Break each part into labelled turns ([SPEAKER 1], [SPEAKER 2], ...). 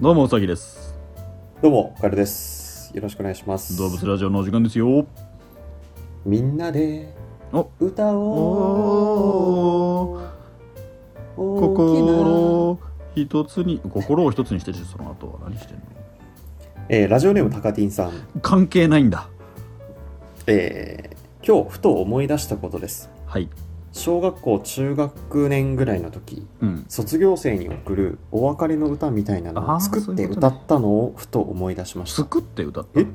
[SPEAKER 1] どうもうさぎです
[SPEAKER 2] どうも、カエルです。よろしくお願いします。
[SPEAKER 1] 動物ラジオのお時間ですよ
[SPEAKER 2] みんなで
[SPEAKER 1] お
[SPEAKER 2] 歌おう。大
[SPEAKER 1] 心一つに心を一つにしてるしその後は何してんの
[SPEAKER 2] きな。えーラジオネーム、タカティンさん。
[SPEAKER 1] 関係ないんだ
[SPEAKER 2] えー今日、ふと思い出したことです。
[SPEAKER 1] はい
[SPEAKER 2] 小学校、中学年ぐらいの時、
[SPEAKER 1] うん
[SPEAKER 2] 卒業生に送るお別れの歌みたいなの
[SPEAKER 1] あー
[SPEAKER 2] を作
[SPEAKER 1] そうい
[SPEAKER 2] って
[SPEAKER 1] うこと
[SPEAKER 2] 歌
[SPEAKER 1] ね
[SPEAKER 2] ったのをふと思い出しました。
[SPEAKER 1] 作って歌った
[SPEAKER 2] え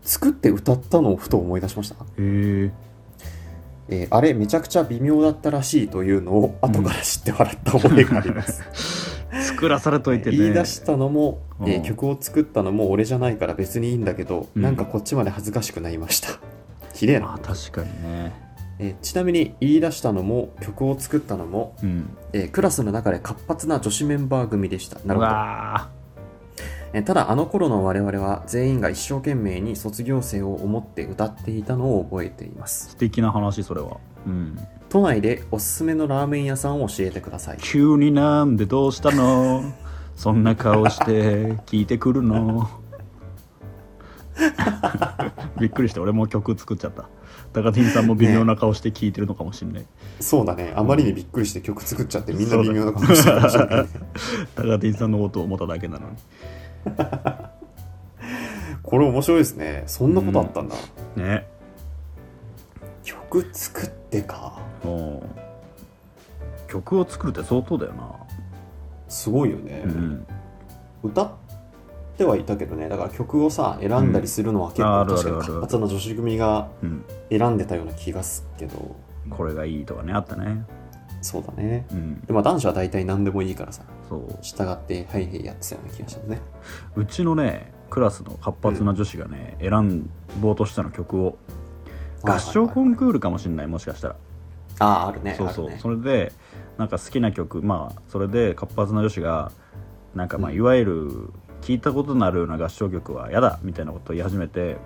[SPEAKER 2] 作って歌ったのをふと思い出しました。
[SPEAKER 1] へえ
[SPEAKER 2] えーあれ、めちゃくちゃ微妙だったらしいというのを後から知って笑った覚えがあります。
[SPEAKER 1] 作らされといてね
[SPEAKER 2] 言い出したのも、えー
[SPEAKER 1] うん
[SPEAKER 2] 曲を作ったのも俺じゃないから別にいいんだけど、
[SPEAKER 1] うん
[SPEAKER 2] なんかこっちまで恥ずかしくなりました綺麗
[SPEAKER 1] ま
[SPEAKER 2] な
[SPEAKER 1] あ、確かにね
[SPEAKER 2] えーちなみに言い出したのも曲を作ったのも、
[SPEAKER 1] うん
[SPEAKER 2] えークラスの中で活発な女子メンバー組でしたなる
[SPEAKER 1] う
[SPEAKER 2] ほど、
[SPEAKER 1] わ
[SPEAKER 2] えーただあの頃の我々は全員が一生懸命に卒業生を思って歌っていたのを覚えていま
[SPEAKER 1] ー
[SPEAKER 2] す
[SPEAKER 1] 素敵な話それはうん
[SPEAKER 2] 都内でおすすめのラーメン屋さんを教えてください
[SPEAKER 1] 急になんでどうしたのそんな顔して聞いてくるの びっくりして俺も曲作っちゃった高田さんも微妙な顔して聞いてるのかもしれない、
[SPEAKER 2] そうだねあまりにびっくりして曲作っちゃってみんな微妙な顔してるかもしれないね
[SPEAKER 1] 高田さんのことを思っただけなの
[SPEAKER 2] これ面白いですねそんなことあったんだ、
[SPEAKER 1] にね
[SPEAKER 2] 曲作ってか
[SPEAKER 1] もう曲を作るって相当だよな、
[SPEAKER 2] すごいよね、
[SPEAKER 1] うん、
[SPEAKER 2] 歌ってはいたけどねだから曲をさ選んだりするのは結
[SPEAKER 1] うん
[SPEAKER 2] 構
[SPEAKER 1] あるある
[SPEAKER 2] 確か
[SPEAKER 1] あ
[SPEAKER 2] に
[SPEAKER 1] るあ
[SPEAKER 2] 活
[SPEAKER 1] る
[SPEAKER 2] 発な女子組が
[SPEAKER 1] うん、
[SPEAKER 2] 選んでたような気がするけど
[SPEAKER 1] これがいいとかねあったね
[SPEAKER 2] そうだね
[SPEAKER 1] うん
[SPEAKER 2] でまあ男子は大体何でもいいからさ
[SPEAKER 1] そう
[SPEAKER 2] 従ってはいはいやってたような気がしたね
[SPEAKER 1] うちのねクラスの活発な女子がね、選ぼうとしたの曲を合唱コンクールかもしれないもしかしたら
[SPEAKER 2] あああるね
[SPEAKER 1] そうそう、
[SPEAKER 2] あるね
[SPEAKER 1] それでなんか好きな曲まあそれで活発な女子がなんかまあ、いわゆる聞いたことのあるような合唱曲は嫌だみたいなことを言い始めて、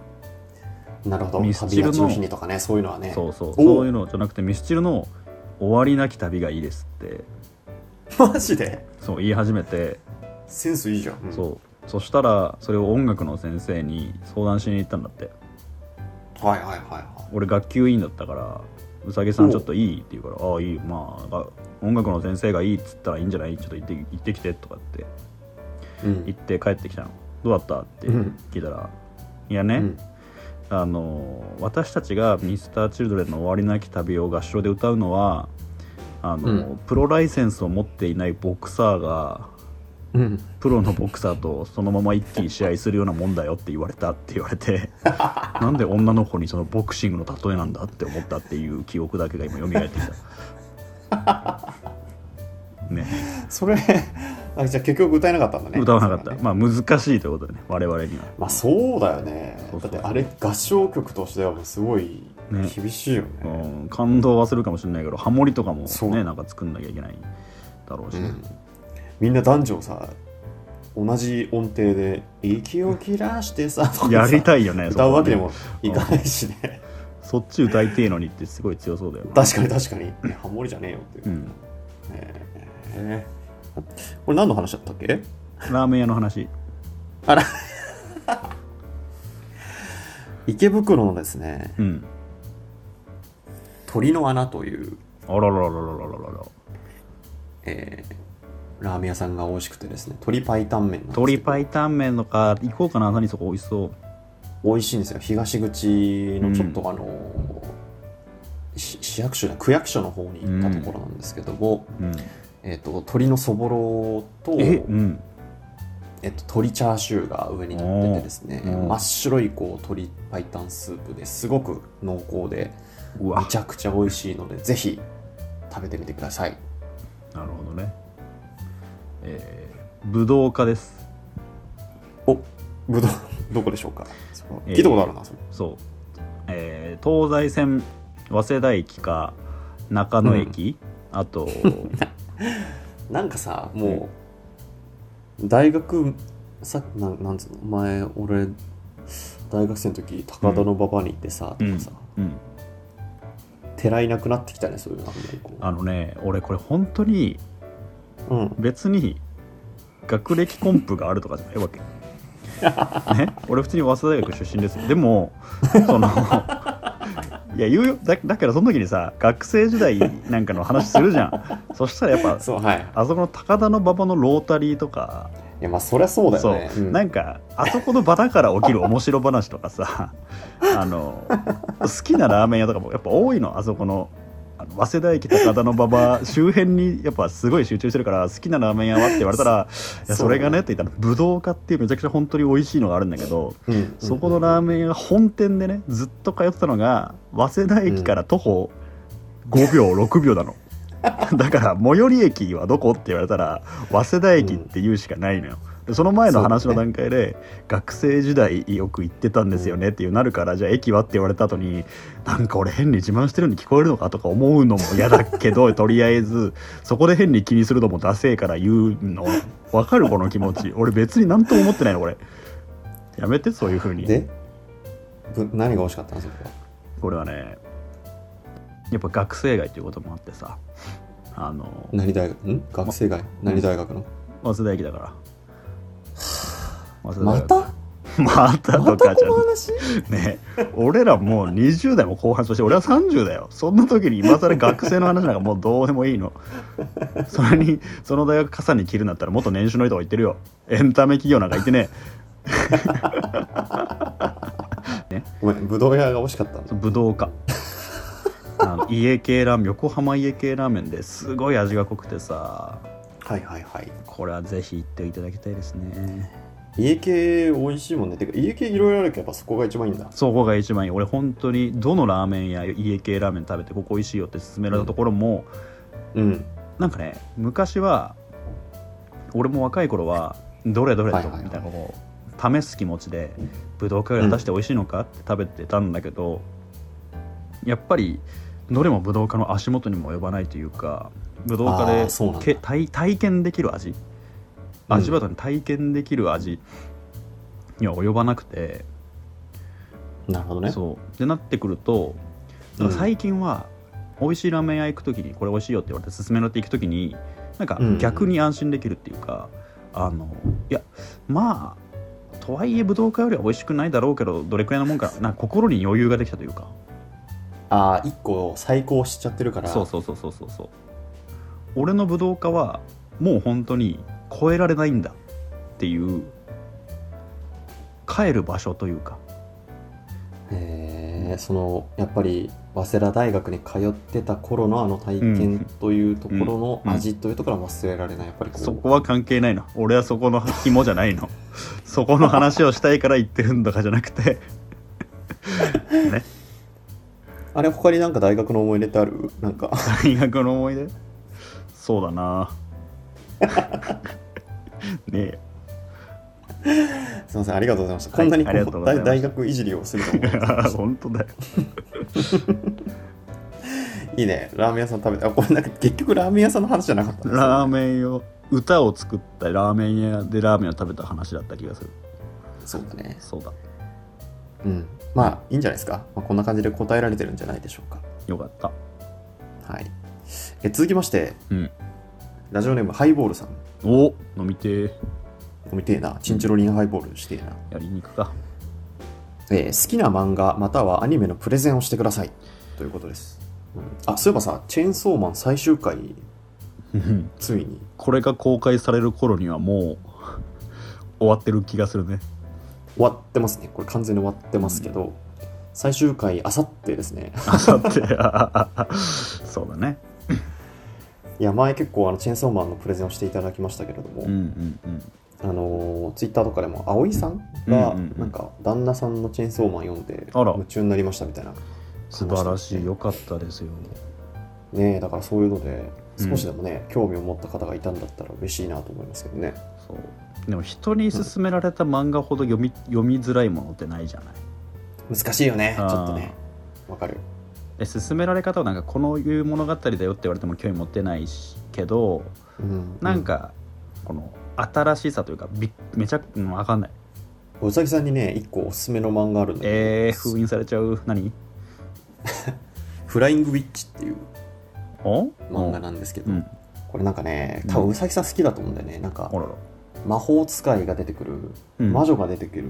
[SPEAKER 2] なるほど
[SPEAKER 1] ミ
[SPEAKER 2] 旅
[SPEAKER 1] ス
[SPEAKER 2] 立
[SPEAKER 1] チル
[SPEAKER 2] ち
[SPEAKER 1] の
[SPEAKER 2] の日にとかねそういうのはね
[SPEAKER 1] そうそう
[SPEAKER 2] おう
[SPEAKER 1] そういうのじゃなくてミスチルの「終わりなき旅がいいです」って
[SPEAKER 2] マジで
[SPEAKER 1] そう言い始めて、
[SPEAKER 2] センスいいじゃん、うん
[SPEAKER 1] そうそしたらそれを音楽の先生に相談しに行ったんだって
[SPEAKER 2] はいはいはいは
[SPEAKER 1] 俺学級委員だったから「うさぎさん
[SPEAKER 2] お
[SPEAKER 1] ちょっといい?」って言うから「ああいいよまあが音楽の先生がいい」っつったらいいんじゃないちょっと行って行ってきてとかって
[SPEAKER 2] い、うん
[SPEAKER 1] 行って帰ってきたのどうだったって
[SPEAKER 2] うん
[SPEAKER 1] 聞いたら、いやね、
[SPEAKER 2] うん
[SPEAKER 1] あの私たちが Mr.Children の終わりなき旅を合唱で歌うのはあの、
[SPEAKER 2] うん
[SPEAKER 1] プロライセンスを持っていないボクサーが
[SPEAKER 2] うん、
[SPEAKER 1] プロのボクサーとそのまま一気に試合するようなもんだよって言われたって言われ てなんで女の子にそのボクシングの例えなんだって思ったっていう記憶だけが今蘇ってき た。ね、
[SPEAKER 2] それ あじゃあ結局歌えなかったんだね
[SPEAKER 1] 歌わなかっ
[SPEAKER 2] そ
[SPEAKER 1] た、
[SPEAKER 2] れはね
[SPEAKER 1] まあ難しいということでね我々には
[SPEAKER 2] まあそうだよね
[SPEAKER 1] そうそう
[SPEAKER 2] だってあれ合唱曲としてはもうすごい
[SPEAKER 1] ね
[SPEAKER 2] 厳しいよね
[SPEAKER 1] うん、感動はするかもしれないけどハモリとかも
[SPEAKER 2] そう
[SPEAKER 1] ねなんか作んなきゃいけないだろうし、
[SPEAKER 2] う
[SPEAKER 1] ね
[SPEAKER 2] んみんな男女をさ同じ音程で息を切らしてさとか さ
[SPEAKER 1] やりたいよね
[SPEAKER 2] 歌うわけで
[SPEAKER 1] そこはね
[SPEAKER 2] もいかないしね
[SPEAKER 1] そっち歌いてえのにってすごい強そうだよな
[SPEAKER 2] 確かに確かにねハモリじゃねえよっていう、
[SPEAKER 1] う
[SPEAKER 2] ね
[SPEAKER 1] ん、
[SPEAKER 2] えこれ何の話だったっけ
[SPEAKER 1] ラーメン屋の話
[SPEAKER 2] あら池袋のですね
[SPEAKER 1] うん
[SPEAKER 2] 鳥の穴という、
[SPEAKER 1] あらららららららら
[SPEAKER 2] えーラーメン屋さんが美味しくてですね鳥白湯麺なんですけど
[SPEAKER 1] 鶏白湯麺とか行こうかな何そこ美味しそう
[SPEAKER 2] 美味しいんですよ東口のちょっ
[SPEAKER 1] う
[SPEAKER 2] とあの、し市役所じゃない区役所の方に行ったところなんですけども、
[SPEAKER 1] うん
[SPEAKER 2] えっと鶏のそぼろと,、
[SPEAKER 1] えうん
[SPEAKER 2] えっと鶏チャーシューが上に乗っててですね
[SPEAKER 1] おーうん
[SPEAKER 2] 真っ白いこう鶏白湯スープですごく濃厚で
[SPEAKER 1] うわ
[SPEAKER 2] めちゃくちゃ美味しいのでぜひ食べてみてください
[SPEAKER 1] なるほどねえー、武道家です
[SPEAKER 2] おぶどうどこでしょうかそこ
[SPEAKER 1] えー
[SPEAKER 2] 聞いたことあるなそれ
[SPEAKER 1] そうえー、東西線早稲田駅か中野駅、あ と
[SPEAKER 2] なんかさもう、大学さなんなんつうの前俺大学生の時高田の馬場に行ってさ、
[SPEAKER 1] うん
[SPEAKER 2] とかさ
[SPEAKER 1] うん
[SPEAKER 2] 寺いなくなってきたねそういうのあんまりこう
[SPEAKER 1] あのね俺これ本当に
[SPEAKER 2] うん
[SPEAKER 1] 別に学歴コンプがあるとかじゃないわけ。ね、俺普通に早稲田大学出身ですよでもそのいや言うよだだからその時にさ学生時代なんかの話するじゃんそしたらやっぱ
[SPEAKER 2] そうはい
[SPEAKER 1] あそこの高田の馬場のロータリーとか
[SPEAKER 2] いやまあそりゃそうだ
[SPEAKER 1] そ
[SPEAKER 2] よ
[SPEAKER 1] う、
[SPEAKER 2] ねん
[SPEAKER 1] なんかあそこの場だから起きる面白話とかさ あの好きなラーメン屋とかもやっぱ多いのあそこのあの早稲田駅高田の馬場周辺にやっぱすごい集中してるから好きなラーメン屋はって言われたら「いや
[SPEAKER 2] そ
[SPEAKER 1] そうれがね」って言ったらぶどうかっていうめちゃくちゃ本当に美味しいのがあるんだけど。
[SPEAKER 2] うんうん
[SPEAKER 1] そこのラーメン屋が本店でねずっと通ってたのが早稲田駅から徒歩5秒6秒なの だから最寄り駅はどこって言われたら早稲田駅って言うしかないのよでその前の話の段階で、学生時代よく行ってたんですよねっていうなるからじゃあ駅はって言われた後になんか俺変に自慢してるのに聞こえるのかとか思うのも嫌だけど とりあえずそこで変に気にするのもダセえから言うのわかるこの気持ち俺別に何とも思ってないのこれやめてそういうふうに
[SPEAKER 2] でぶ何が美味しかったのそこは
[SPEAKER 1] これはねやっぱ学生街っていうこともあってさあの
[SPEAKER 2] 何大学ん学生街何大学の
[SPEAKER 1] 早稲田駅だから早稲田
[SPEAKER 2] ま
[SPEAKER 1] 大
[SPEAKER 2] た
[SPEAKER 1] 学 また
[SPEAKER 2] ま
[SPEAKER 1] と
[SPEAKER 2] た
[SPEAKER 1] かじ
[SPEAKER 2] こ
[SPEAKER 1] ゃ
[SPEAKER 2] の
[SPEAKER 1] ん
[SPEAKER 2] 話
[SPEAKER 1] ね俺らもう20代も後半そして俺は30だよそんな時に今更学生の話なんかもうどうでもいいのそれにその大学傘に着るんだったらもっと年収のいいとこ行ってるよエンタメ企業なんか行ってね
[SPEAKER 2] ごめんぶどう屋が美味しかったの
[SPEAKER 1] 武道家あの家系ラーメン横浜家系ラーメンですごい味が濃くてさ
[SPEAKER 2] はいはいはい
[SPEAKER 1] これはぜひ行っていただきたいですね
[SPEAKER 2] 家系美味しいもんねてか家系いろいろあるけどやっぱそこが一番いいんだ
[SPEAKER 1] そこが一番いい俺本当にどのラーメンや家系ラーメン食べてここ美味しいよって勧められたところも、
[SPEAKER 2] うん
[SPEAKER 1] なんかね昔は俺も若い頃はどれどれと
[SPEAKER 2] はいはいはい
[SPEAKER 1] みたいなこう試す気持ちでぶどうかより果たして美味しいのかって食べてたんだけど、やっぱりどれもぶどうかの足元にも及ばないというかぶどうか
[SPEAKER 2] あ
[SPEAKER 1] で
[SPEAKER 2] ーそうなんだ
[SPEAKER 1] け体体験できる味
[SPEAKER 2] うん
[SPEAKER 1] 味わったに体験できる味には及ばなくて、
[SPEAKER 2] なるほどね
[SPEAKER 1] そうでなってくると
[SPEAKER 2] うん
[SPEAKER 1] 最近は美味しいラーメン屋行く時にこれ美味しいよって言われて勧められて行く時になんか
[SPEAKER 2] うんうん
[SPEAKER 1] 逆に安心できるっていうか、あのいやまあとはいえぶどうかよりは美味しくないだろうけどどれくらいのもんかなんか心に余裕ができたというか
[SPEAKER 2] ああ一個最高しちゃってるから
[SPEAKER 1] そうそうそうそうそうそう俺のぶどうかはもう本当に超えられないんだっていう帰る場所というか
[SPEAKER 2] えーそのやっぱり早稲田大学に通ってた頃のあの体験というところ
[SPEAKER 1] うん
[SPEAKER 2] の味というところは忘れられないやっぱりこう
[SPEAKER 1] そこは関係ないな俺はそこの紐じゃないのそこの話をしたいから言ってるんだかじゃなくて ね
[SPEAKER 2] あれ他になんか大学の思い出ってあるなんか
[SPEAKER 1] 大学の思い出そうだな ねえ
[SPEAKER 2] すいませんありがとうございました、
[SPEAKER 1] はい
[SPEAKER 2] こんなに
[SPEAKER 1] ありがと
[SPEAKER 2] こ
[SPEAKER 1] う
[SPEAKER 2] う
[SPEAKER 1] ござい
[SPEAKER 2] 大
[SPEAKER 1] ます
[SPEAKER 2] 大学いじりをすると思
[SPEAKER 1] 本当だよ
[SPEAKER 2] ういいねラーメン屋さん食べてあこれなんか結局ラーメン屋さんの話じゃなかったんですね
[SPEAKER 1] ラーメンを歌を作ったラーメン屋でラーメンを食べた話だった気がする
[SPEAKER 2] そうだね
[SPEAKER 1] そうだ
[SPEAKER 2] うんまあいいんじゃないですか、まあ、こんな感じで答えられてるんじゃないでしょうか
[SPEAKER 1] よかった
[SPEAKER 2] はいえ続きまして、
[SPEAKER 1] うん
[SPEAKER 2] ラジオネームハイボールさん
[SPEAKER 1] お飲みてー
[SPEAKER 2] 見てえなチンチロリンハイボールしてえな
[SPEAKER 1] やりに行くか
[SPEAKER 2] えー好きな漫画またはアニメのプレゼンをしてくださいということです、うんあそういえばさチェーンソーマン最終回
[SPEAKER 1] うん
[SPEAKER 2] ついに
[SPEAKER 1] これが公開される頃にはもう終わってる気がするね
[SPEAKER 2] 終わってますねこれ完全に終わってますけど、最終回あさってですね
[SPEAKER 1] あさって そうだね
[SPEAKER 2] いや前結構あのチェーンソーマンのプレゼンをしていただきましたけれども、
[SPEAKER 1] うんうんうん
[SPEAKER 2] あのツイッター Twitter とかでも葵さんが
[SPEAKER 1] うんうんうん
[SPEAKER 2] なんか旦那さんのチェーンソーマン読んで
[SPEAKER 1] あら
[SPEAKER 2] 夢中になりましたみたいな
[SPEAKER 1] 素晴らしい良かったですよ
[SPEAKER 2] ねえだからそういうので
[SPEAKER 1] うん
[SPEAKER 2] 少しでもね、興味を持った方がいたんだったら嬉しいなと思いますけどね
[SPEAKER 1] そうでも人に勧められた漫画ほど読み読みづらいものってないじゃない
[SPEAKER 2] 難しいよねちょ
[SPEAKER 1] あー
[SPEAKER 2] っとねわかる
[SPEAKER 1] で勧められ方はなんかこのいう物語だよって言われても興味持ってないしけど
[SPEAKER 2] うん
[SPEAKER 1] なんかこの新しさというかびめちゃく分かんない
[SPEAKER 2] うんうさぎさんにね一個おすすめの漫画あるんだけど
[SPEAKER 1] えー、封印されちゃう何
[SPEAKER 2] フライングウィッチ」っていう
[SPEAKER 1] お
[SPEAKER 2] 漫画なんですけど、
[SPEAKER 1] うん
[SPEAKER 2] これなんかね
[SPEAKER 1] うん
[SPEAKER 2] 多分うさぎさん好きだと思うんだよねなんか
[SPEAKER 1] あらら
[SPEAKER 2] 魔法使いが出てくる
[SPEAKER 1] うん
[SPEAKER 2] 魔女が出てくる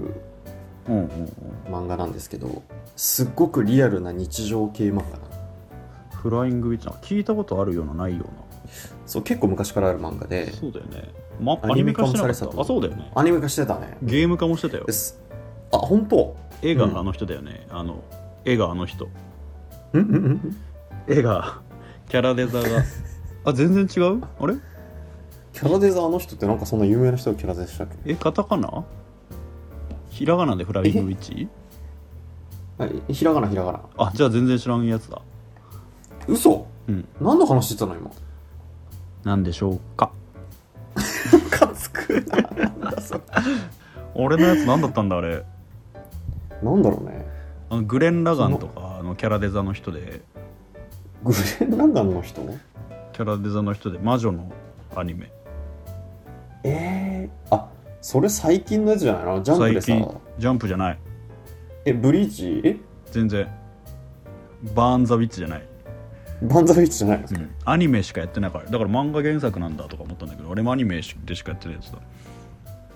[SPEAKER 1] うんうんうん
[SPEAKER 2] 漫画なんですけどすっごくリアルな日常系漫画なの
[SPEAKER 1] フライングウィッチな聞いたことあるようなないよう
[SPEAKER 2] そう結構昔からある漫画で
[SPEAKER 1] なそうだよね、ま、
[SPEAKER 2] ア
[SPEAKER 1] ア
[SPEAKER 2] ニ
[SPEAKER 1] ニ
[SPEAKER 2] メ
[SPEAKER 1] メ
[SPEAKER 2] 化
[SPEAKER 1] 化
[SPEAKER 2] も
[SPEAKER 1] してなか
[SPEAKER 2] され
[SPEAKER 1] って
[SPEAKER 2] た
[SPEAKER 1] た
[SPEAKER 2] と
[SPEAKER 1] あそうだよね
[SPEAKER 2] アニメ化してたね
[SPEAKER 1] ゲーム化もしてたよ
[SPEAKER 2] ですあ本当
[SPEAKER 1] 絵
[SPEAKER 2] うん
[SPEAKER 1] があの人だよね、あの絵があの人
[SPEAKER 2] うんうんうん
[SPEAKER 1] 絵がキャラデザが あ全然違うあれ
[SPEAKER 2] キャラデザーの人ってなんかそんな有名な人がキャラデザしたっけ
[SPEAKER 1] えカタカナひらがなでフライングウィッチ
[SPEAKER 2] あひらがなひらがな
[SPEAKER 1] あじゃあ全然知らんやつだ
[SPEAKER 2] 嘘
[SPEAKER 1] うん
[SPEAKER 2] 何の話してたの今
[SPEAKER 1] なんでしょうか
[SPEAKER 2] ムカつくななんだそれ
[SPEAKER 1] 俺のやつ何だったんだあれ
[SPEAKER 2] なんだろうね
[SPEAKER 1] あのグレン・ラガンとかのキャラデザの人で
[SPEAKER 2] グレン・ラガンの人
[SPEAKER 1] キャラデザの人で魔女のアニメ
[SPEAKER 2] えー、あそれ最近のやつじゃないのジャンプで
[SPEAKER 1] 最
[SPEAKER 2] さ
[SPEAKER 1] 近ジャンプじゃない
[SPEAKER 2] えブリーチえ
[SPEAKER 1] 全然バーン・ザ・ウィッチじゃない、
[SPEAKER 2] バンザーウィッチじゃないの
[SPEAKER 1] うん、アニメしかやってないからだから漫画原作なんだとか思ったんだけど俺もアニメでしかやってないやつだ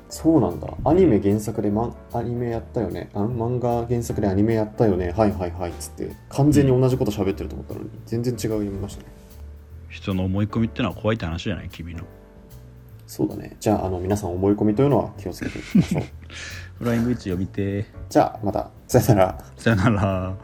[SPEAKER 2] そうなんだアニメ原作で、ま、アニメやったよねあ漫画原作でアニメやったよねはいはいはいっつって完全に同じこと喋ってると思ったのに全然違う読みましたね
[SPEAKER 1] 人の思い込みってのは怖いって話じゃない君の
[SPEAKER 2] そうだねじゃああの皆さん思い込みというのは気をつけてい きましょう
[SPEAKER 1] フライングウィッチ読みて
[SPEAKER 2] じゃあまたさよなら
[SPEAKER 1] さよなら